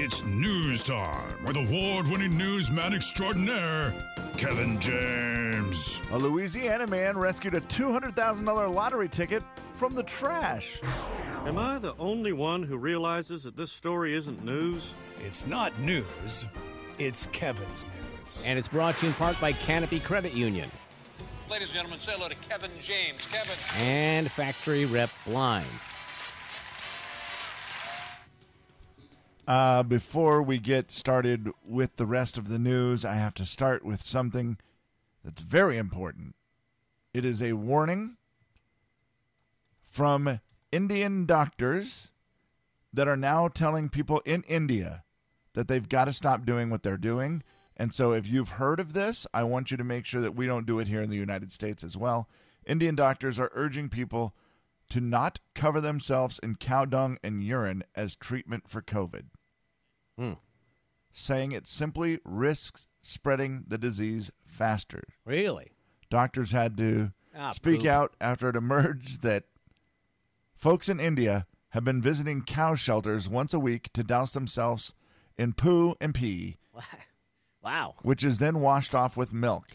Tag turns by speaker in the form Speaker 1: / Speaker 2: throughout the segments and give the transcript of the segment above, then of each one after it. Speaker 1: It's news time with award winning newsman extraordinaire, Kevin James.
Speaker 2: A Louisiana man rescued a $200,000 lottery ticket from the trash.
Speaker 3: Am I the only one who realizes that this story isn't news?
Speaker 4: It's not news, it's Kevin's news.
Speaker 5: And it's brought to you in part by Canopy Credit Union
Speaker 6: Ladies and gentlemen, say hello to Kevin James. Kevin.
Speaker 5: and Factory Rep Blinds.
Speaker 2: Uh, before we get started with the rest of the news, I have to start with something that's very important. It is a warning from Indian doctors that are now telling people in India that they've got to stop doing what they're doing. And so, if you've heard of this, I want you to make sure that we don't do it here in the United States as well. Indian doctors are urging people to not cover themselves in cow dung and urine as treatment for COVID, saying it simply risks spreading the disease faster.
Speaker 5: Really?
Speaker 2: Doctors had to
Speaker 5: Ah,
Speaker 2: speak
Speaker 5: poop.
Speaker 2: out after it emerged that folks in India have been visiting cow shelters once a week to douse themselves in poo and pee
Speaker 5: Wow.
Speaker 2: which is then washed off with milk.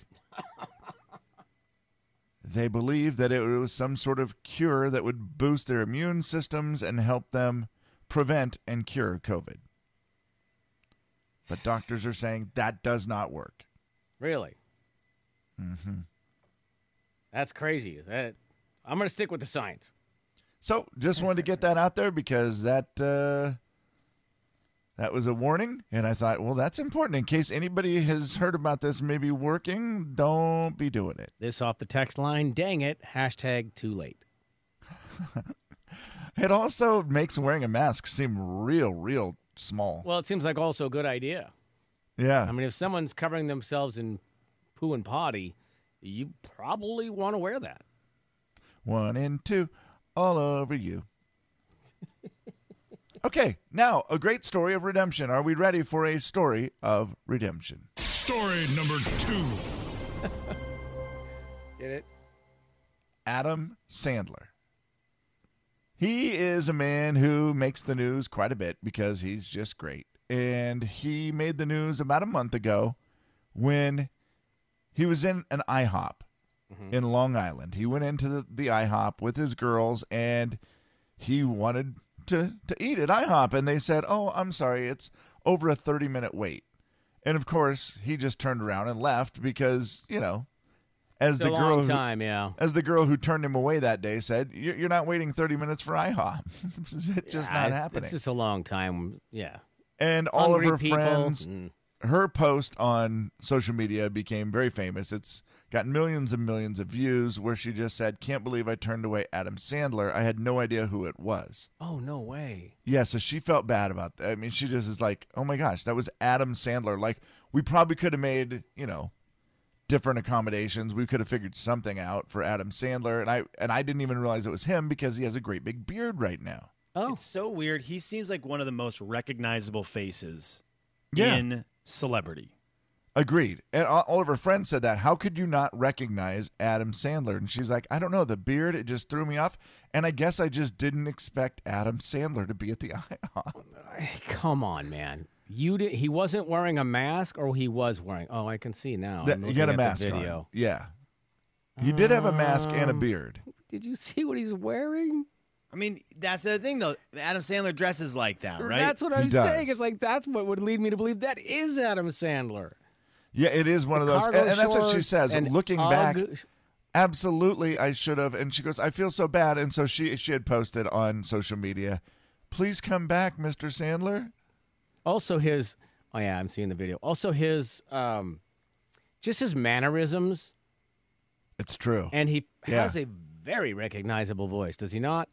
Speaker 2: they believed that it was some sort of cure that would boost their immune systems and help them prevent and cure COVID. But doctors are saying that does not work.
Speaker 5: Really? Mm-hmm.
Speaker 2: Mm-hmm.
Speaker 5: That's crazy. That I'm going to stick with the science.
Speaker 2: So just wanted to get that out there because that uh, that was a warning, and I thought, well, that's important in case anybody has heard about this maybe working. Don't be doing it.
Speaker 5: This off the text line. Dang it. Hashtag too late.
Speaker 2: It also makes wearing a mask seem real, real small.
Speaker 5: Well, it seems like also a good idea.
Speaker 2: yeah.
Speaker 5: I mean, if someone's covering themselves in poo and potty, you probably want to wear that.
Speaker 2: One and two, all over you. okay, now a great story of redemption. Are we ready for a story of redemption?
Speaker 1: Story number two.
Speaker 5: Get it?
Speaker 2: Adam Sandler. He is a man who makes the news quite a bit because he's just great. And he made the news about a month ago when he was in an IHOP
Speaker 5: Mm-hmm.
Speaker 2: in Long Island. He went into the, the IHOP with his girls and he wanted to, to eat at IHOP. And they said, Oh, I'm sorry, it's over a 30 minute wait. And of course, he just turned around and left because, you know, as
Speaker 5: It's
Speaker 2: the
Speaker 5: a
Speaker 2: girl
Speaker 5: long
Speaker 2: who-
Speaker 5: time, yeah.
Speaker 2: as the girl who turned him away that day said, "You're, you're not waiting 30 minutes for IHOP. it's just not
Speaker 5: Yeah, Ah, it's-
Speaker 2: happening."
Speaker 5: It's just a long time. Yeah.
Speaker 2: and all of
Speaker 5: Hungry
Speaker 2: her
Speaker 5: people.
Speaker 2: friends,
Speaker 5: Mm.
Speaker 2: her post on social media became very famous. It's got millions and millions of views where she just said, "Can't believe I turned away Adam Sandler. I had no idea who it was."
Speaker 5: Oh, no way.
Speaker 2: Yeah, so she felt bad about that. I mean, she just is like, "Oh my gosh, that was Adam Sandler. Like, we probably could have made, you know, different accommodations. We could have figured something out for Adam Sandler." And I and I didn't even realize it was him because he has a great big beard right now.
Speaker 5: Oh,
Speaker 7: It's so weird. He seems like one of the most recognizable faces
Speaker 2: Yeah.
Speaker 7: in celebrity.
Speaker 2: Agreed. And all, all of her friends said that. How could you not recognize Adam Sandler? And she's like, "I don't know, the beard it just threw me off, and I guess I just didn't expect Adam Sandler to be at the IHOP."
Speaker 5: come on, man. You did, he wasn't wearing a mask, or he was wearing. Oh, I can see now.
Speaker 2: That-
Speaker 5: I'm
Speaker 2: you got a
Speaker 5: looking at
Speaker 2: mask
Speaker 5: the video.
Speaker 2: on. Yeah. He did have a mask and a
Speaker 5: Um,
Speaker 2: beard.
Speaker 5: Did you see what he's wearing?
Speaker 7: I mean, that's the thing though. Adam Sandler dresses like that, right?
Speaker 5: That's what
Speaker 2: He
Speaker 5: I'm
Speaker 2: does.
Speaker 5: saying. It's like that's what would lead me to believe that is Adam Sandler.
Speaker 2: Yeah, it is one of those, and,
Speaker 5: Cargo
Speaker 2: and that's what she
Speaker 5: shorts
Speaker 2: says.
Speaker 5: and
Speaker 2: Looking back,
Speaker 5: Ugg-
Speaker 2: absolutely, I should have. And she goes, "I feel so bad." And so she she had posted on social media, "Please come back, Mr. Sandler."
Speaker 5: Also his. Oh yeah, I'm seeing the video. Also his. Um, just his mannerisms,
Speaker 2: It's true.
Speaker 5: and he
Speaker 2: Yeah.
Speaker 5: has a very recognizable voice. Does he not?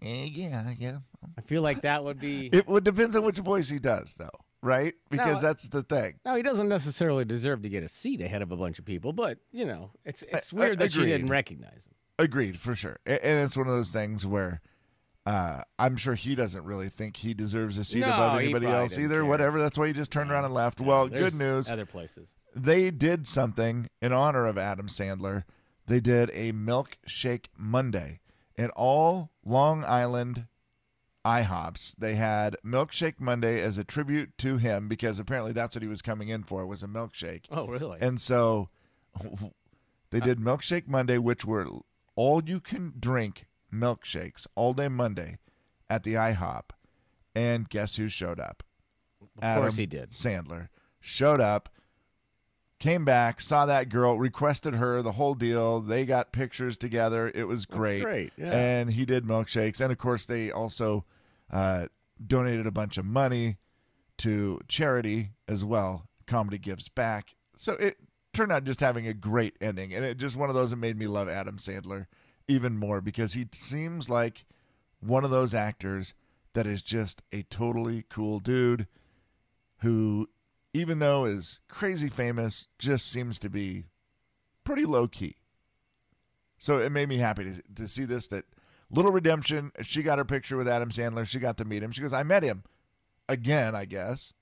Speaker 2: Eh, yeah, yeah.
Speaker 5: I feel like that would be.
Speaker 2: It well, depends on which voice he does, though, right? Because
Speaker 5: No,
Speaker 2: that's the thing.
Speaker 5: Now he doesn't necessarily deserve to get a seat ahead of a bunch of people, but you know, it's it's weird that you didn't
Speaker 2: agreed.
Speaker 5: recognize him.
Speaker 2: Agreed, for sure. A- And it's one of those things where uh, I'm sure he doesn't really think he deserves a seat
Speaker 5: No,
Speaker 2: above
Speaker 5: he
Speaker 2: anybody
Speaker 5: probably
Speaker 2: else
Speaker 5: didn't
Speaker 2: either.
Speaker 5: care.
Speaker 2: Whatever. That's why he just turned around and left. well,
Speaker 5: There's
Speaker 2: good news.
Speaker 5: Other places.
Speaker 2: they did something in honor of Adam Sandler. They did a milkshake Monday, and all Long Island IHOPs. They had Milkshake Monday as a tribute to him because apparently that's what he was coming in for was a milkshake.
Speaker 5: Oh, really?
Speaker 2: And so they did Milkshake Monday, which were all you can drink milkshakes all day Monday at the IHOP. And guess who showed up?
Speaker 5: of course he did.
Speaker 2: Sandler showed up, came back, saw that girl, requested her, the whole deal. They got pictures together. It was great.
Speaker 5: great, yeah.
Speaker 2: And he did milkshakes. And of course, they also uh, donated a bunch of money to charity as well. Comedy gives back. So it turned out just having a great ending. And it just one of those that made me love Adam Sandler even more because he seems like one of those actors that is just a totally cool dude who, even though is crazy famous, just seems to be pretty low key. So it made me happy to, to see this that Little Redemption, she got her picture with Adam Sandler. She got to meet him. She goes, I met him again, I guess.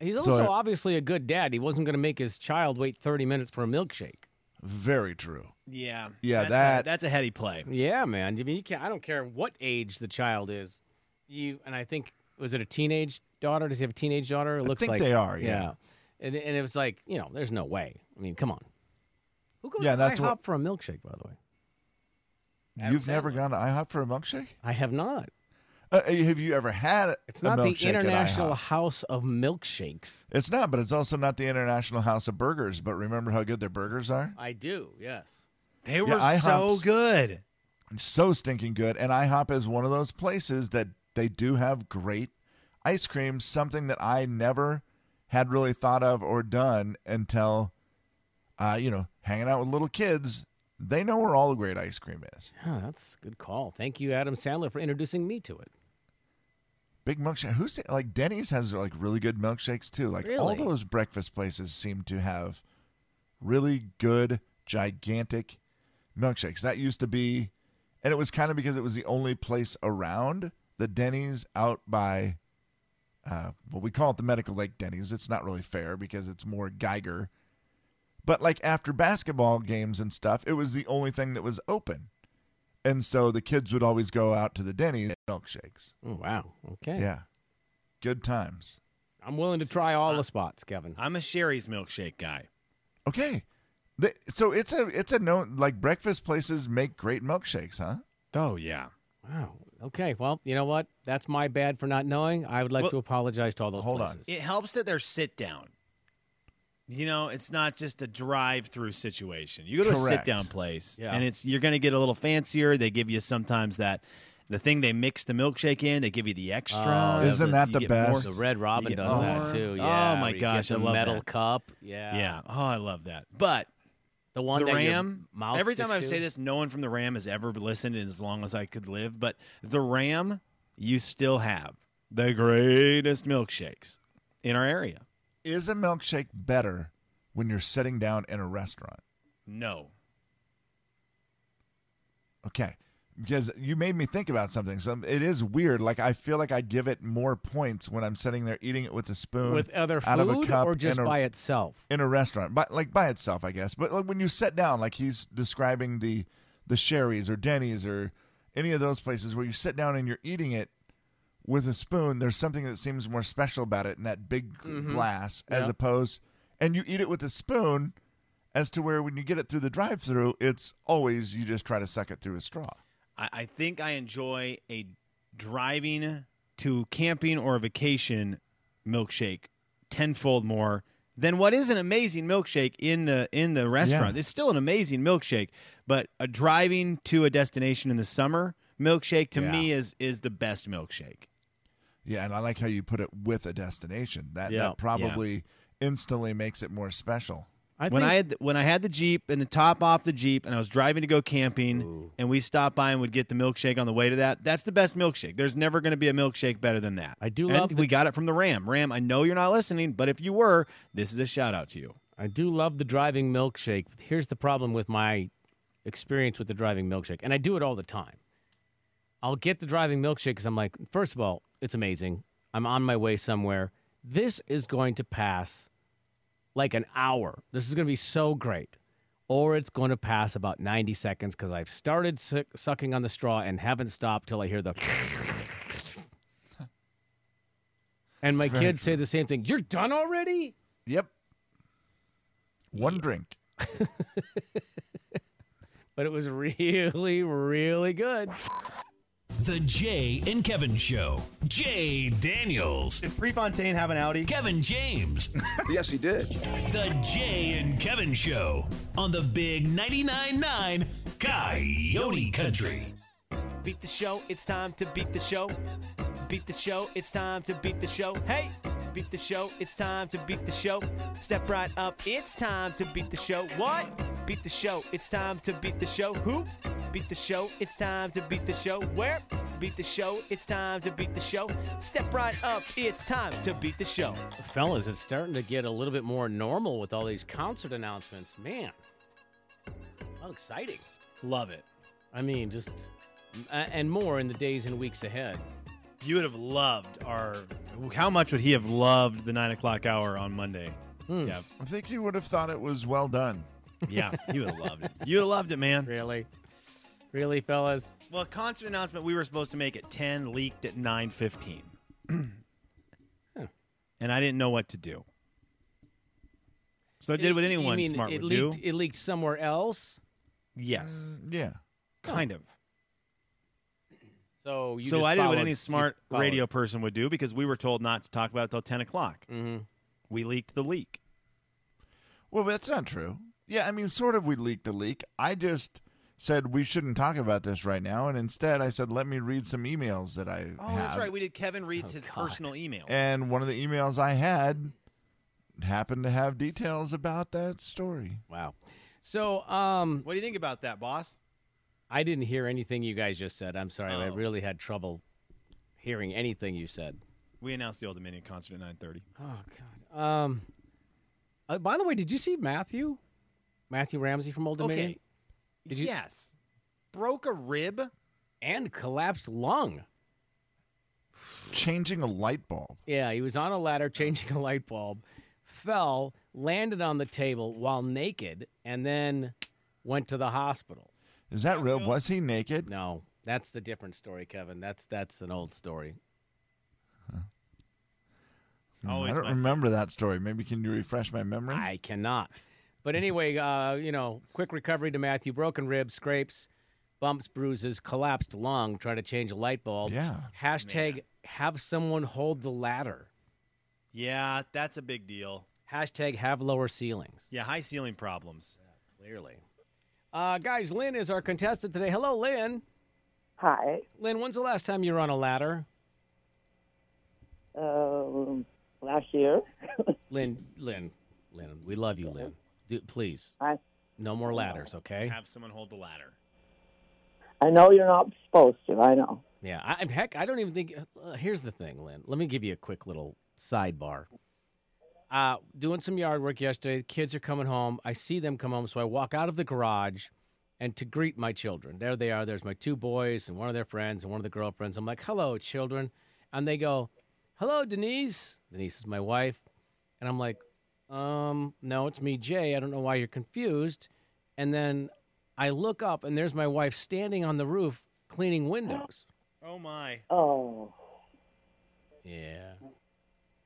Speaker 5: He's also
Speaker 2: I-
Speaker 5: obviously a good dad. He wasn't going to make his child wait 30 minutes for a milkshake.
Speaker 2: Very true.
Speaker 7: Yeah.
Speaker 2: Yeah,
Speaker 7: That's a,
Speaker 2: that-
Speaker 7: that's a heady play.
Speaker 5: Yeah, man. I mean, you can't, I don't care what age the child is. You and I think was it a teenage daughter? Does he have a teenage daughter? It looks
Speaker 2: think
Speaker 5: like
Speaker 2: they are, yeah.
Speaker 5: And and it was like you know, there's no way. I mean, come on. Who goes
Speaker 2: Yeah,
Speaker 5: to
Speaker 2: that's
Speaker 5: IHOP
Speaker 2: what-
Speaker 5: for a milkshake? By the way,
Speaker 2: You've never gone to IHOP for a milkshake?
Speaker 5: I have not.
Speaker 2: Uh, have you ever had
Speaker 5: It's
Speaker 2: a
Speaker 5: not the
Speaker 2: milkshake at
Speaker 5: International
Speaker 2: IHOP?
Speaker 5: House of Milkshakes.
Speaker 2: It's not, but it's also not the International House of Burgers. But remember how good their burgers are?
Speaker 5: I do. Yes.
Speaker 7: They were so
Speaker 2: IHOPs.
Speaker 7: good.
Speaker 2: so stinking good. And IHOP is one of those places that they do have great ice cream, something that I never had really thought of or done until, uh, you know, hanging out with little kids. They know where all the great ice cream is.
Speaker 5: Yeah, that's a good call. Thank you, Adam Sandler, for introducing me to it.
Speaker 2: Big milkshake. Who's like Denny's has like really good milkshakes too. Like all
Speaker 5: Really?
Speaker 2: those breakfast places seem to have really good gigantic milkshakes. That used to be, and it was kind of because it was the only place around the Denny's out by, uh, well we call it the Medical Lake Denny's. It's not really fair because it's more Geiger, but like after basketball games and stuff, it was the only thing that was open, and so the kids would always go out to the Denny's and milkshakes.
Speaker 5: Oh, wow. Okay.
Speaker 2: Yeah. Good times.
Speaker 5: I'm willing to try all
Speaker 7: Uh,
Speaker 5: the spots, Kevin.
Speaker 7: I'm a Sherry's milkshake guy.
Speaker 2: Okay. The- so it's a it's a known like breakfast places make great milkshakes, huh?
Speaker 7: Oh yeah.
Speaker 5: Wow. Okay. Well, you know what? That's my bad for not knowing. I would like
Speaker 7: Well-
Speaker 5: to apologize to all those
Speaker 2: Hold on.
Speaker 5: places.
Speaker 7: It helps that they're sit down. You know, it's not just a drive-through situation. You go to a
Speaker 2: Correct.
Speaker 7: sit-down place,
Speaker 5: Yeah.
Speaker 7: and it's you're going to get a little fancier. They give you sometimes that the thing they mix the milkshake in. They give you the extra.
Speaker 2: Oh, Isn't that
Speaker 7: you
Speaker 2: the
Speaker 7: get
Speaker 2: best?
Speaker 5: The
Speaker 7: More,
Speaker 5: Red Robin
Speaker 7: You get
Speaker 5: does that
Speaker 7: more.
Speaker 5: too.
Speaker 7: Oh,
Speaker 5: Yeah.
Speaker 7: my
Speaker 5: where you get
Speaker 7: gosh,
Speaker 5: the
Speaker 7: I love
Speaker 5: metal
Speaker 7: that.
Speaker 5: cup. Yeah.
Speaker 7: yeah. Oh, I love that. But
Speaker 5: The one
Speaker 7: the
Speaker 5: that your
Speaker 7: Ram.
Speaker 5: mouth
Speaker 7: Every time
Speaker 5: sticks
Speaker 7: I
Speaker 5: to.
Speaker 7: say this, no one from the Ram has ever listened in as long as I could live. But the Ram, you still have the greatest milkshakes in our area.
Speaker 2: Is a milkshake better when you're sitting down in a restaurant?
Speaker 7: No,
Speaker 2: Okay. Because you made me think about something. So it is weird. Like I feel like I give it more points when I'm sitting there eating it with a spoon,
Speaker 5: with other
Speaker 2: Mm. out of a
Speaker 5: food
Speaker 2: cup,
Speaker 5: or just
Speaker 2: in a,
Speaker 5: by itself.
Speaker 2: in a restaurant, by, like by itself, I guess. But like when you sit down, like he's describing the the Sherry's or Denny's or any of those places where you sit down and you're eating it with a spoon, there's something that seems more special about it in that big gl- glass as
Speaker 5: Mm-hmm. Yeah.
Speaker 2: opposed and you eat it with a spoon as to where when you get it through the drive-through, it's always you just try to suck it through a straw.
Speaker 7: I, I think I enjoy a driving to camping or vacation milkshake tenfold more than what is an amazing milkshake in the in the restaurant.
Speaker 2: Yeah.
Speaker 7: It's still an amazing milkshake, but a driving to a destination in the summer milkshake to me is is the best milkshake.
Speaker 2: Yeah, and I like how you put it with a destination. That
Speaker 5: Yeah.
Speaker 2: that probably instantly makes it more special.
Speaker 5: I
Speaker 7: when
Speaker 5: think
Speaker 7: I had when I had the Jeep and the top off the Jeep and I was driving to go camping and we stopped by and would get the milkshake on the way to that. That's the best milkshake. There's never going to be a milkshake better than that.
Speaker 5: I do
Speaker 7: and
Speaker 5: love the-
Speaker 7: we got it from the Ram. Ram, I know you're not listening, but if you were, this is a shout out to you.
Speaker 5: I do love the driving milkshake. but Here's the problem with my experience with the driving milkshake, and I do it all the time. I'll get the driving milkshake because I'm like, first of all, it's amazing. I'm on my way somewhere. This is going to pass like an hour. This is going to be so great. or it's going to pass about 90 seconds because I've started suck sucking on the straw and haven't stopped till I hear the. and my kids say the same thing. You're done already?
Speaker 2: Yep. One drink.
Speaker 5: But it was really, really good.
Speaker 8: The Jay and Kevin Show. Jay Daniels.
Speaker 7: Did Prefontaine have an Audi?
Speaker 8: Kevin James.
Speaker 9: Yes, he did.
Speaker 8: The Jay and Kevin Show on the Big 99.9 9 Coyote Country.
Speaker 10: Beat the show, it's time to beat the show. Beat the show, it's time to beat the show. Hey! Beat the show, it's time to beat the show. Step right up, it's time to beat the show. What? Beat the show, it's time to beat the show. Who? Beat the show, it's time to beat the show. Where? Beat the show, it's time to beat the show. Step right up, it's time to beat the show.
Speaker 5: Fellas, it's starting to get a little bit more normal with all these concert announcements. Man, how exciting.
Speaker 7: Love it.
Speaker 5: I mean, just. a- And more in the days and weeks ahead.
Speaker 7: You would have loved our. How much would he have loved the nine o'clock hour on Monday? Yeah,
Speaker 2: I think you would have thought it was well done.
Speaker 7: yeah, you would have loved it. You would have loved it, man.
Speaker 5: Really? Really, fellas?
Speaker 7: Well, concert announcement we were supposed to make at ten leaked at nine fifteen, and I didn't know what to do. So I did what
Speaker 5: It- you
Speaker 7: anyone
Speaker 5: mean
Speaker 7: smart
Speaker 5: it
Speaker 7: would
Speaker 5: leaked,
Speaker 7: do.
Speaker 5: It leaked somewhere else.
Speaker 7: yes,
Speaker 2: Yeah.
Speaker 7: kind of.
Speaker 5: So you
Speaker 7: so
Speaker 5: just
Speaker 7: I did what
Speaker 5: followed-
Speaker 7: any
Speaker 5: you
Speaker 7: smart
Speaker 5: followed.
Speaker 7: radio person would do because we were told not to talk about it till ten o'clock.
Speaker 5: Mhm.
Speaker 7: We leaked the leak.
Speaker 2: Well, that's not true. Yeah, I mean, sort of we leaked a leak. I just said we shouldn't talk about this right now. And instead, I said, let me read some emails that I
Speaker 7: Oh, Eh.
Speaker 2: have.
Speaker 7: that's right. We did. Kevin reads his
Speaker 5: God.
Speaker 7: personal email.
Speaker 2: And one of the emails I had happened to have details about that story.
Speaker 5: Wow. So um,
Speaker 7: what do you think about that, boss?
Speaker 5: I didn't hear anything you guys just said. I'm sorry. I
Speaker 7: Oh.
Speaker 5: really had trouble hearing anything you said.
Speaker 7: We announced the Old Dominion concert at nine thirty.
Speaker 5: Oh God. Um. uh, by the way, did you see Matthew? Matthew Ramsey from Old Dominion
Speaker 7: Okay.
Speaker 5: Did you-
Speaker 7: Yes. Broke a rib.
Speaker 5: and collapsed lung.
Speaker 2: Changing a light bulb.
Speaker 5: Yeah, he was on a ladder changing a light bulb, fell, landed on the table while naked, and then went to the hospital.
Speaker 2: Is that real? Was he naked?
Speaker 5: No, that's the different story, Kevin. That's that's an old story.
Speaker 2: Hmm, I
Speaker 7: Always
Speaker 2: don't
Speaker 7: my-
Speaker 2: remember that story. Maybe can you refresh my memory?
Speaker 5: I cannot. But anyway, uh, you know, quick recovery to Matthew. Broken ribs, scrapes, bumps, bruises, collapsed lung. Trying to change a light bulb.
Speaker 2: yeah.
Speaker 5: Hashtag
Speaker 7: Man.
Speaker 5: have someone hold the ladder.
Speaker 7: Yeah, that's a big deal.
Speaker 5: Hashtag have lower ceilings.
Speaker 7: Yeah, high ceiling problems.
Speaker 5: Clearly. Uh, guys, Lynn is our contestant today. Hello, Lynn.
Speaker 11: Hi.
Speaker 5: Lynn, when's the last time you were on a ladder?
Speaker 11: Um, last year,
Speaker 5: Lynn, Lynn, Lynn, we love you, Lynn. Do, please.
Speaker 11: I
Speaker 5: No more ladders, okay?
Speaker 7: Have someone hold the ladder.
Speaker 11: I know you're not supposed to. I know.
Speaker 5: Yeah, I, I'm- heck, I don't even think. Uh, here's the thing, Lynn. Let me give you a quick little sidebar. Uh, doing some yard work yesterday. The kids are coming home. I see them come home, so I walk out of the garage, and to greet my children. There they are. There's my two boys and one of their friends and one of the girlfriends. I'm like, "Hello, children," and they go, "Hello, Denise." Denise is my wife, and I'm like, "Um, no, it's me, Jay. I don't know why you're confused." And then I look up, and there's my wife standing on the roof cleaning windows.
Speaker 7: Oh my.
Speaker 11: Oh,
Speaker 5: Yeah.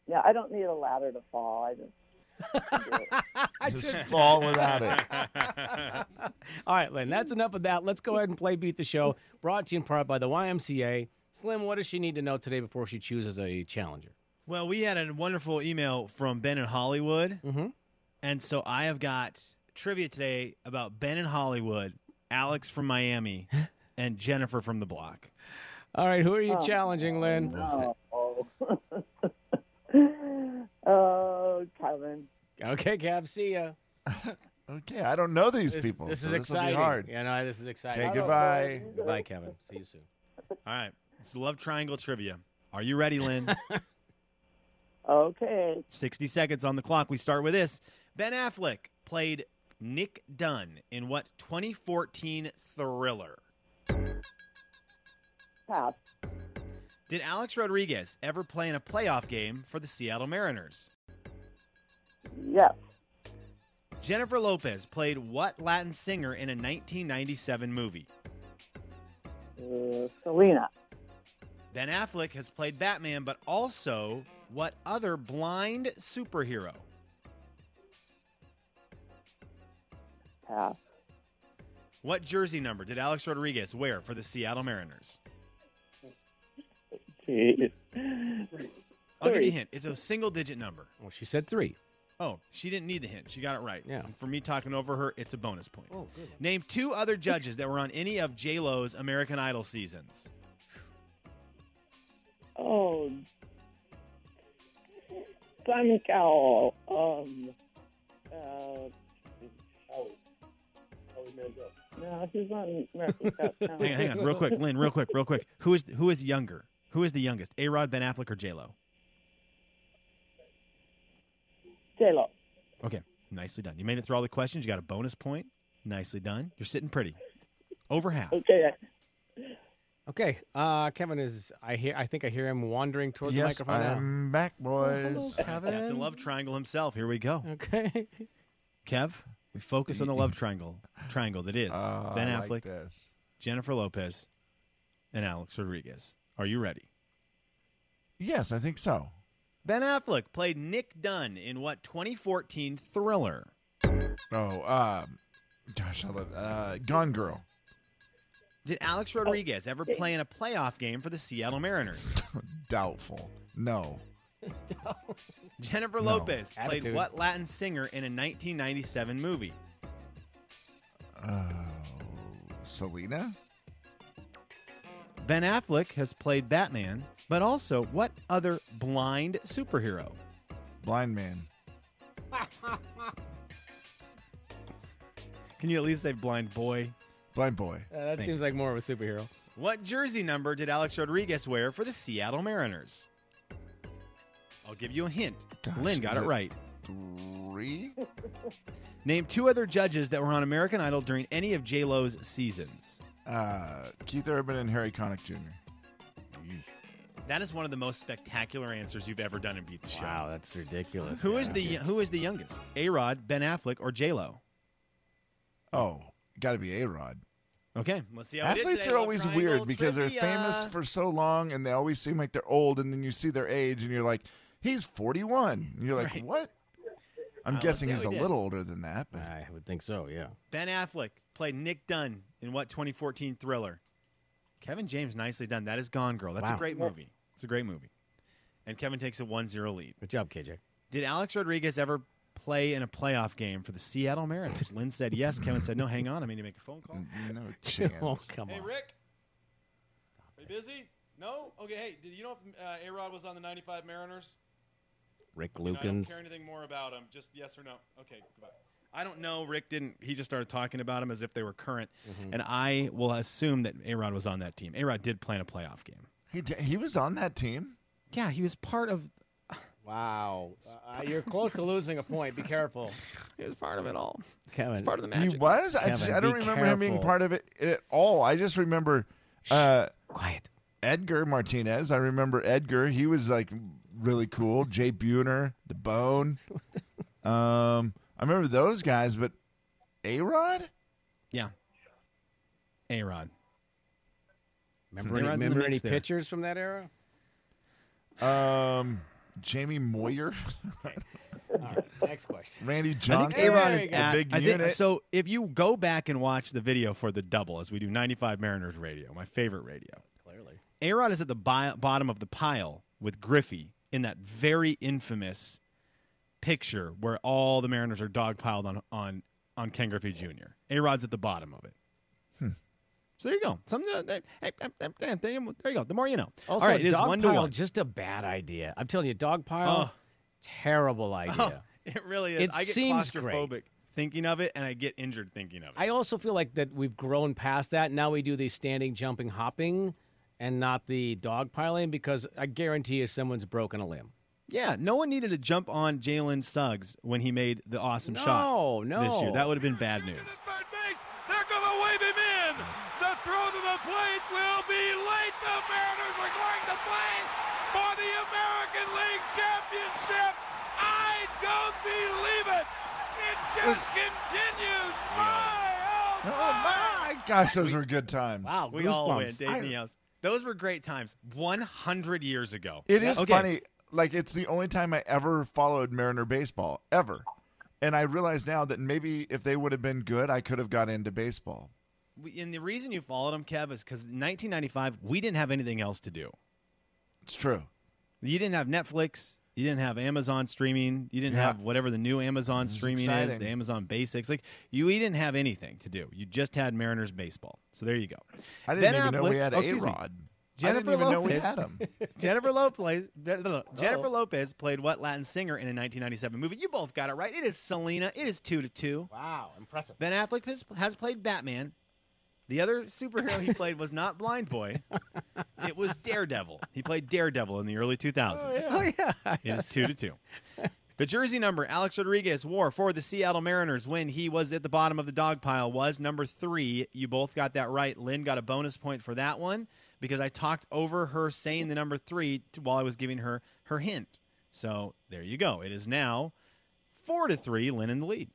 Speaker 11: yeah. I don't need a ladder to fall. I just.
Speaker 5: I
Speaker 2: Just
Speaker 5: just-
Speaker 2: fall without it.
Speaker 5: All right, Lynn, that's enough of that. Let's go ahead and play Beat the Show, brought to you in part by the YMCA. Slim, what does she need to know today before she chooses a challenger?
Speaker 7: well, we had a wonderful email from Ben in Hollywood,
Speaker 5: Mm-hmm.
Speaker 7: and so I have got trivia today about Ben in Hollywood, Alex from Miami, and Jennifer from the block.
Speaker 5: All right, who are you
Speaker 11: Oh.
Speaker 5: challenging, Lynn?
Speaker 11: Oh. oh, Kevin.
Speaker 5: Okay, Gab, see ya.
Speaker 2: Okay, I don't know these
Speaker 5: This,
Speaker 2: people.
Speaker 5: this
Speaker 2: so
Speaker 5: is
Speaker 2: will be
Speaker 5: exciting.
Speaker 2: hard.
Speaker 5: Yeah, no, this is exciting.
Speaker 2: Okay, goodbye.
Speaker 5: Goodbye, Kevin. See you soon.
Speaker 7: All right, it's love triangle trivia. Are you ready, Lynn?
Speaker 11: Okay.
Speaker 7: 60 seconds on the clock. We start with this. Ben Affleck played Nick Dunn in what 2014 thriller?
Speaker 11: Pass.
Speaker 7: Did Alex Rodriguez ever play in a playoff game for the Seattle Mariners?
Speaker 11: Yes.
Speaker 7: Jennifer Lopez played what Latin singer in a 1997 movie?
Speaker 11: Uh, Selena.
Speaker 7: Ben Affleck has played Batman, but also what other blind superhero?
Speaker 11: Pass.
Speaker 7: What jersey number did Alex Rodriguez wear for the Seattle Mariners?
Speaker 11: Jeez.
Speaker 7: I'll give you
Speaker 11: Three.
Speaker 7: a hint. It's a single digit number.
Speaker 5: Well, she said three.
Speaker 7: Oh, she didn't need the hint. She got it right.
Speaker 5: Yeah.
Speaker 7: And for me talking over her, it's a bonus point.
Speaker 5: Oh, good.
Speaker 7: Name two other judges that were on any of J Lo's American Idol seasons.
Speaker 11: Oh. Simon Cowell. Um. Uh. Oh. No, he's on American Cup. No.
Speaker 7: Hang on, hang on, real quick, Lynn, real quick, real quick. Who is who is younger? Who is the youngest? A Rod, Ben Affleck, or J Lo?
Speaker 11: J-Lo.
Speaker 7: Okay, nicely done. You made it through all the questions. You got a bonus point. Nicely done. You're sitting pretty, over half.
Speaker 11: Okay.
Speaker 5: Okay, uh, Kevin is. I hear. I think I hear him wandering toward
Speaker 2: Yes,
Speaker 5: the microphone now.
Speaker 2: I'm back,
Speaker 5: Oh,
Speaker 2: boys.
Speaker 7: Captain
Speaker 5: Kevin.
Speaker 7: Love Triangle himself. Here we go.
Speaker 5: Okay. Uh,
Speaker 7: Kev, we focus on the love triangle. Triangle that is
Speaker 2: Oh,
Speaker 7: Ben
Speaker 2: I like
Speaker 7: Affleck,
Speaker 2: this.
Speaker 7: Jennifer Lopez, and Alex Rodriguez. Are you ready?
Speaker 2: Yes, I think so.
Speaker 7: Ben Affleck played Nick Dunn in what 2014 thriller?
Speaker 2: Oh, um, gosh, I love uh, Gone Girl.
Speaker 7: Did Alex
Speaker 2: Oh.
Speaker 7: Rodriguez ever play in a playoff game for the Seattle Mariners?
Speaker 2: Doubtful. No.
Speaker 7: Jennifer
Speaker 2: No.
Speaker 7: Lopez played
Speaker 5: Attitude.
Speaker 7: what Latin singer in a 1997 movie?
Speaker 2: Oh, Selena.
Speaker 7: Ben Affleck has played Batman, but also what other blind superhero?
Speaker 2: Blind man.
Speaker 7: Can you at least say blind boy?
Speaker 2: Blind boy.
Speaker 5: Uh, that seems like more of a superhero.
Speaker 7: What jersey number did Alex Rodriguez wear for the Seattle Mariners? I'll give you a hint.
Speaker 2: Gosh,
Speaker 7: Lynn got
Speaker 2: is
Speaker 7: it,
Speaker 2: it-
Speaker 7: right.
Speaker 2: Three.
Speaker 7: Name two other judges that were on American Idol during any of J Lo's seasons.
Speaker 2: Uh, Keith Urban and Harry Connick Jr.
Speaker 7: That is one of the most spectacular answers you've ever done in Beat the Show.
Speaker 5: that's ridiculous.
Speaker 7: Who is the who is the youngest? A Rod, Ben Affleck, or J Lo?
Speaker 2: Oh, got to be A Rod.
Speaker 7: Okay, let's see how we did
Speaker 2: Athletes
Speaker 7: today.
Speaker 2: are
Speaker 7: Love
Speaker 2: always
Speaker 7: triangle
Speaker 2: weird because
Speaker 7: trivia.
Speaker 2: they're famous for so long and they always seem like they're old, and then you see their age and you're like, he's 41. And you're like,
Speaker 7: Right.
Speaker 2: what? I'm
Speaker 7: Uh, let's
Speaker 2: guessing
Speaker 7: see how
Speaker 2: he's a
Speaker 7: we did.
Speaker 2: little older than that. But
Speaker 5: I would think so. Yeah.
Speaker 7: Ben Affleck played Nick Dunn in what 2014 thriller? Kevin James, nicely done. That is Gone Girl. That's
Speaker 5: Wow.
Speaker 7: a great movie. It's a great movie. And Kevin takes a 1-0 lead.
Speaker 5: Good job, KJ.
Speaker 7: Did Alex Rodriguez ever play in a playoff game for the Seattle Mariners? Lynn said yes. Kevin said no. Hang on, I need to make a phone call.
Speaker 2: no chance.
Speaker 5: Oh come on.
Speaker 7: Rick. Are you busy? No? Okay, hey, did you know if uh, A-Rod was on the 95 Mariners?
Speaker 5: Rick
Speaker 7: No, I don't
Speaker 5: Lukens.
Speaker 7: care anything more about him. Just yes or no. Okay, goodbye. I don't know. Rick didn't. He just started talking about him as if they were current, and I will assume that Arod was on that team. Arod did play in a playoff game.
Speaker 2: He, d- he was on that team.
Speaker 7: Yeah, he was part of.
Speaker 5: Wow. Uh, you're close to losing a point. Be careful,
Speaker 7: He was part of it all.
Speaker 5: Kevin.
Speaker 7: Part of the magic.
Speaker 2: He was. I, just-
Speaker 5: Kevin,
Speaker 2: I don't
Speaker 5: be
Speaker 2: remember him being
Speaker 5: careful.
Speaker 2: part of it at all. I just remember uh,
Speaker 5: Quiet.
Speaker 2: Edgar Martinez. I remember Edgar. He was like really cool. Jay Buhner, the Bone. Um, I remember those guys, but A Rod.
Speaker 7: Yeah. Arod.
Speaker 5: Remember, any,
Speaker 7: They were in the
Speaker 5: remember
Speaker 7: mix
Speaker 5: any
Speaker 7: there.
Speaker 5: pictures from that era?
Speaker 2: Um, Jamie Moyer,
Speaker 5: All right. Next question.
Speaker 2: Randy
Speaker 7: I think
Speaker 2: Johnson.
Speaker 7: Arod is
Speaker 2: the
Speaker 7: at-
Speaker 2: big
Speaker 7: I
Speaker 2: unit.
Speaker 7: think, so if you go back and watch the video for the double, as we do 95 Mariners radio, my favorite radio.
Speaker 5: Clearly.
Speaker 7: Arod is at the bi- bottom of the pile with Griffey in that very infamous picture where all the Mariners are dogpiled on on on Ken Griffey Jr. Arod's at the bottom of it.
Speaker 5: Hmm.
Speaker 7: So there you go. Some, uh, hey, hey, hey, hey, there you there you go. The more you know.
Speaker 5: Also,
Speaker 7: all right, it is
Speaker 5: dog
Speaker 7: one
Speaker 5: pile,
Speaker 7: to one.
Speaker 5: just a bad idea. I'm telling you, dog pile,
Speaker 7: Oh.
Speaker 5: terrible idea.
Speaker 7: It really is.
Speaker 5: It
Speaker 7: I get
Speaker 5: seems great.
Speaker 7: claustrophobic thinking of it, and I get injured thinking of it.
Speaker 5: I also feel like that we've grown past that. Now we do the standing, jumping, hopping, and not the dog piling because I guarantee you someone's broken a limb.
Speaker 7: yeah, no one needed to jump on Jalen Suggs when he made the awesome
Speaker 5: No,
Speaker 7: shot this
Speaker 5: no.
Speaker 7: year. That would have been bad news.
Speaker 9: Third base. They're going to wave him in. The throw to the plate will be late. The Mariners are going to play for the American League Championship. I don't believe it. It just continues.
Speaker 2: Oh my gosh, those were good times.
Speaker 7: Wow, we all went.
Speaker 2: Goosebumps. I-
Speaker 7: Dave Neos. Those were great times. 100 years ago.
Speaker 2: It is
Speaker 7: Okay.
Speaker 2: funny. Like it's the only time I ever followed Mariner baseball ever, and I realize now that maybe if they would have been good, I could have got into baseball.
Speaker 7: We- And the reason you followed them, Kev, is because 1995, we didn't have anything else to do.
Speaker 2: It's true.
Speaker 7: You didn't have Netflix. You didn't have Amazon streaming. You didn't
Speaker 2: Yeah.
Speaker 7: have whatever the new Amazon streaming is,
Speaker 2: exciting.
Speaker 7: the Amazon Basics. Like you, we didn't have anything to do. You just had Mariners baseball. So there you go.
Speaker 2: I didn't
Speaker 7: Ben
Speaker 2: even know we
Speaker 7: Affleck-
Speaker 2: had
Speaker 7: oh, excuse me.
Speaker 2: A-Rod. I
Speaker 7: Jennifer
Speaker 2: didn't even know we
Speaker 7: Lopez.
Speaker 2: had him.
Speaker 7: Jennifer Lopez. Jennifer Lopez played what Latin singer in a 1997 movie? You both got it right. It is Selena. It is two to two.
Speaker 5: Wow, impressive.
Speaker 7: Ben Affleck has, has played Batman. The other superhero he played was not Blind Boy. It was Daredevil. He played Daredevil in the early 2000s.
Speaker 5: Oh yeah.
Speaker 7: It is two to two. The jersey number Alex Rodriguez wore for the Seattle Mariners when he was at the bottom of the dog pile was number three. You both got that right. Lynn got a bonus point for that one because I talked over her saying the number three t- while I was giving her her hint. So there you go. It is now four to three. Lynn in the lead.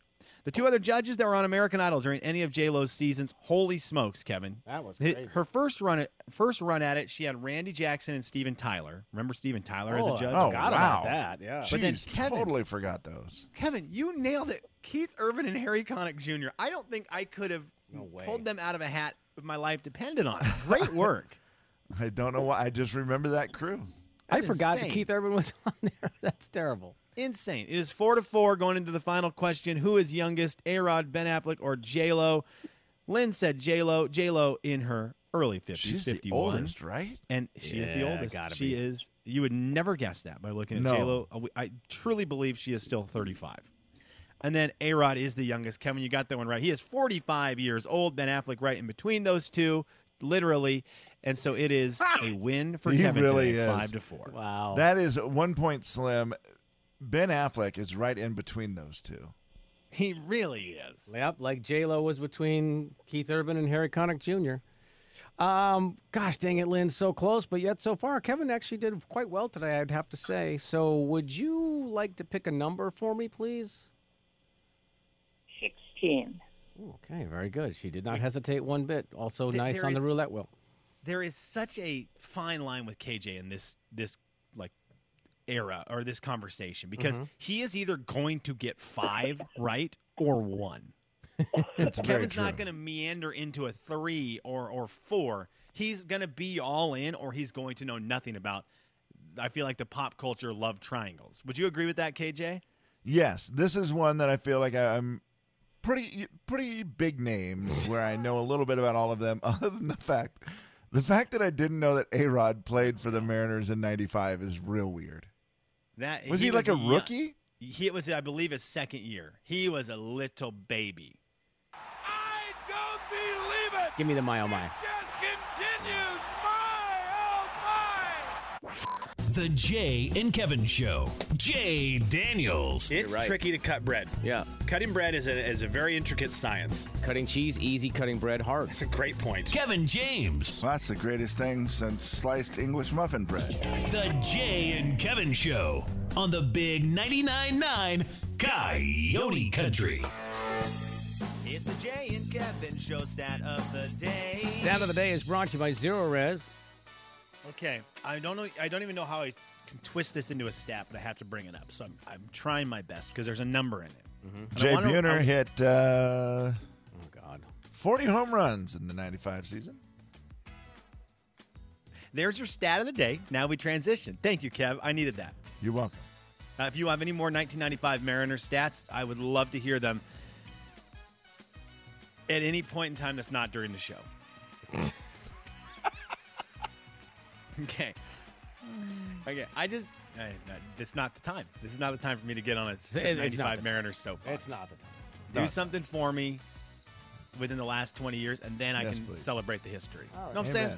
Speaker 7: The two other judges that were on American Idol during any of J Lo's seasons. Holy smokes, Kevin!
Speaker 5: That was
Speaker 7: Hi-
Speaker 5: crazy.
Speaker 7: Her first run at first run at it, she had Randy Jackson and Steven Tyler. Remember Steven Tyler as
Speaker 5: Oh,
Speaker 7: a judge?
Speaker 5: I forgot about that, yeah.
Speaker 2: Jeez,
Speaker 7: But then Kevin-
Speaker 2: totally forgot those.
Speaker 7: Kevin, you nailed it. Keith Urban and Harry Connick Jr. I don't think I could have
Speaker 5: way.
Speaker 7: pulled them out of a hat if my life depended on it. Great work.
Speaker 2: I don't know why. I just remember that crew.
Speaker 5: I
Speaker 7: That's
Speaker 5: forgot
Speaker 7: insane.
Speaker 5: that Keith Urban was on there. That's terrible.
Speaker 7: Insane. It is four to four going into the final question. Who is youngest, A-Rod, Ben Affleck, or J-Lo? Lynn said J-Lo. J-Lo in her early 50s,
Speaker 2: She's
Speaker 7: 51.
Speaker 2: the oldest, right?
Speaker 7: And she is the
Speaker 5: Yeah,
Speaker 7: oldest.
Speaker 5: gotta
Speaker 7: she
Speaker 5: be.
Speaker 7: is. You would never guess that by looking at
Speaker 2: No.
Speaker 7: J-Lo. Uh, we- I truly believe she is still 35. And then A-Rod is the youngest. Kevin, you got that one right. He is 45 years old. Ben Affleck right in between those two, literally. And so it is a win for
Speaker 2: He
Speaker 7: Kevin
Speaker 2: really
Speaker 7: today,
Speaker 2: is.
Speaker 7: 5 to 4.
Speaker 5: Wow.
Speaker 2: That is one point slim. Ben Affleck is right in between those two.
Speaker 7: He really is.
Speaker 5: Yep, like J Lo was between Keith Urban and Harry Connick Jr. Um, gosh dang it, Lynn, so close, but yet so far, Kevin actually did quite well today, I'd have to say. So, would you like to pick a number for me, please?
Speaker 11: 16.
Speaker 5: Ooh, okay, very good. She did not hesitate one bit. Also,
Speaker 7: Th-
Speaker 5: nice
Speaker 7: there
Speaker 5: on the
Speaker 7: is-
Speaker 5: roulette wheel.
Speaker 7: There is such a fine line with KJ in this this like era or this conversation because
Speaker 2: Mm-hmm.
Speaker 7: he is either going to get 5 right or 1.
Speaker 2: It's very
Speaker 7: Kevin's
Speaker 2: true.
Speaker 7: not going to meander into a three or or four. He's going to be all in, or he's going to know nothing about. I feel like the pop culture love triangles. Would you agree with that, KJ?
Speaker 2: Yes, this is one that I feel like I, I'm pretty pretty big names where I know a little bit about all of them. Other than the fact, the fact that I didn't know that A Rod played for the Mariners in '95 is real weird.
Speaker 7: That
Speaker 2: Was he, like a
Speaker 7: young-
Speaker 2: rookie?
Speaker 7: he was, I believe, his second year. He was a little baby.
Speaker 9: I don't believe it.
Speaker 5: Give me the my oh my.
Speaker 9: Just continues. My, oh my.
Speaker 8: The Jay and Kevin Show. Jay Daniels.
Speaker 7: It's tricky to cut bread.
Speaker 5: Yeah,
Speaker 7: Cutting bread is a, is a very intricate science.
Speaker 5: cutting cheese easy, cutting bread hard.
Speaker 7: It's a great point.
Speaker 8: Kevin James.
Speaker 2: Well, that's the greatest thing since sliced English muffin bread.
Speaker 8: The Jay and Kevin Show on the Big 99.9 9 Coyote Country.
Speaker 7: It's the Jay and Kevin show stat of the day.
Speaker 5: Stat of the day is brought to you by Zero Res.
Speaker 7: Okay, I don't know. I don't even know how I can twist this into a stat, but I have to bring it up. So I'm, I'm trying my best because there's a number in it. And I
Speaker 2: Jay
Speaker 7: wanna-
Speaker 2: Buhner
Speaker 7: I-
Speaker 2: hit uh,
Speaker 5: Oh God,
Speaker 2: 40 home runs in the '95 season.
Speaker 7: There's your stat of the day. Now we transition. Thank you, Kev. I needed that.
Speaker 2: You're welcome.
Speaker 7: Uh, if you have any more 1995 Mariner stats, I would love to hear them at any point in time that's not during the show. okay. Okay. I just. I, I- it's not the time. This is not the time for me to get on a
Speaker 5: it's not
Speaker 7: 95
Speaker 5: the time.
Speaker 7: Mariners soapbox.
Speaker 5: it's not the time.
Speaker 7: do something for me within the last 20 years and then I
Speaker 2: Yes,
Speaker 7: can
Speaker 2: please.
Speaker 7: celebrate the history. Know what I'm saying?
Speaker 2: Amen.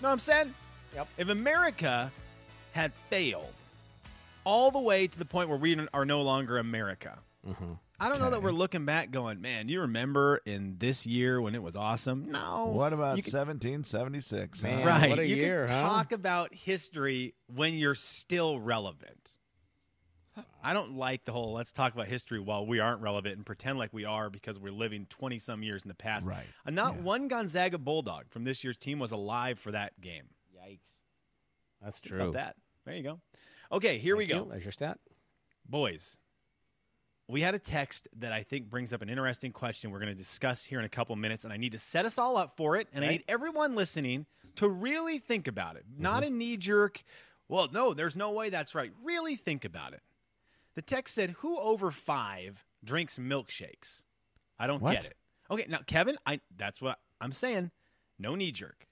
Speaker 7: Know what I'm saying?
Speaker 5: Yep.
Speaker 7: If America had failed all the way to the point where we are no longer America,
Speaker 2: Mm-hmm.
Speaker 7: I don't know that we're looking back going, man, you remember in this year when it was awesome? No.
Speaker 2: What about
Speaker 7: Oh, You can-
Speaker 2: 1776?
Speaker 5: Man.
Speaker 2: huh?
Speaker 7: Right.
Speaker 5: What a
Speaker 7: you
Speaker 5: year,
Speaker 7: can
Speaker 5: huh?
Speaker 7: talk about history when you're still relevant. I don't like the whole let's talk about history while we aren't relevant and pretend like we are because we're living 20 some years in the past.
Speaker 2: Right.
Speaker 7: Uh, Not one Gonzaga Bulldog from this year's team was alive for that game.
Speaker 5: Yikes. That's
Speaker 7: Think
Speaker 5: true.
Speaker 7: About that. There you go. Okay, here we
Speaker 5: Thank
Speaker 7: go.
Speaker 5: you. There's your stat.
Speaker 7: Boys, we had a text that I think brings up an interesting question we're going to discuss here in a couple minutes, and I need to set us all up for it. And I
Speaker 5: Okay.
Speaker 7: need everyone listening to really think about it, not a knee jerk, well, no, there's no way that's right. Really think about it. The text said, Who over five drinks milkshakes? I don't
Speaker 2: What?
Speaker 7: get it. Okay, now, Kevin, I, that's what I'm saying. No knee jerk.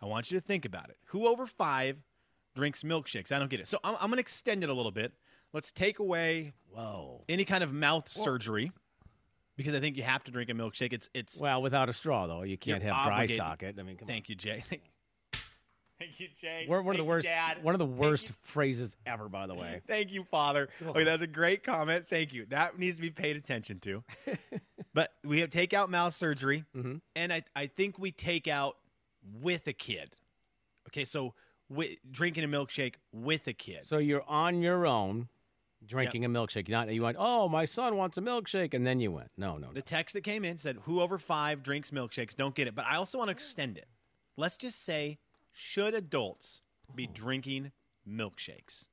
Speaker 7: I want you to think about it. Who over five drinks milkshakes? I don't get it. So I'm, I'm going to extend it a little bit. Let's take away
Speaker 5: Whoa.
Speaker 7: any kind of mouth surgery because I think you have to drink a milkshake. It's it's
Speaker 5: Well, without a straw though, you can't
Speaker 7: You're
Speaker 5: have dry
Speaker 7: obligated.
Speaker 5: socket. I mean, come
Speaker 7: thank you, Jay. Thank you, Jay.
Speaker 5: on. We're one of the
Speaker 7: Thank you,
Speaker 5: worst.
Speaker 7: Dad.
Speaker 5: One of the worst phrases ever, by the way.
Speaker 7: Thank you, Father. Okay, that's a great comment. Thank you. That needs to be paid attention to. but we have take out mouth surgery, and I, I think we take out with a kid. Okay, so wi- drinking a milkshake with a kid.
Speaker 5: So you're on your own, drinking a milkshake. You're not you went. Oh, my son wants a milkshake, and then you went. No, no, no.
Speaker 7: The text that came in said, "Who over five drinks milkshakes?" Don't get it, but I also want to extend it. Let's just say, should adults be drinking milkshakes?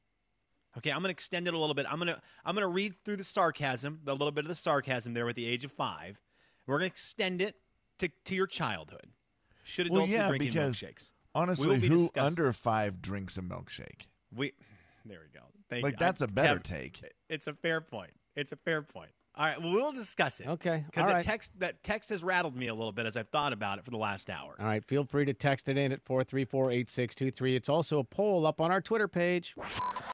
Speaker 7: Okay, I'm gonna extend it a little bit. I'm gonna I'm gonna read through the sarcasm, the little bit of the sarcasm there with the age of five. We're gonna extend it to to your childhood. Should
Speaker 2: well,
Speaker 7: adults
Speaker 2: yeah,
Speaker 7: be drinking
Speaker 2: because
Speaker 7: milkshakes?
Speaker 2: honestly,
Speaker 7: be
Speaker 2: who
Speaker 7: discussing-
Speaker 2: under five drinks a milkshake?
Speaker 7: We there we go. Thank
Speaker 2: Like,
Speaker 7: you.
Speaker 2: that's
Speaker 7: a
Speaker 2: a better take.
Speaker 7: It's a fair point. It's a fair point. All right, well, we'll discuss it.
Speaker 5: Okay, all
Speaker 7: Because
Speaker 5: right.
Speaker 7: text that text has rattled me a little bit as I've thought about it for the last hour.
Speaker 5: All right, feel free to text it in at 434 8623. It's also a poll up on our Twitter page.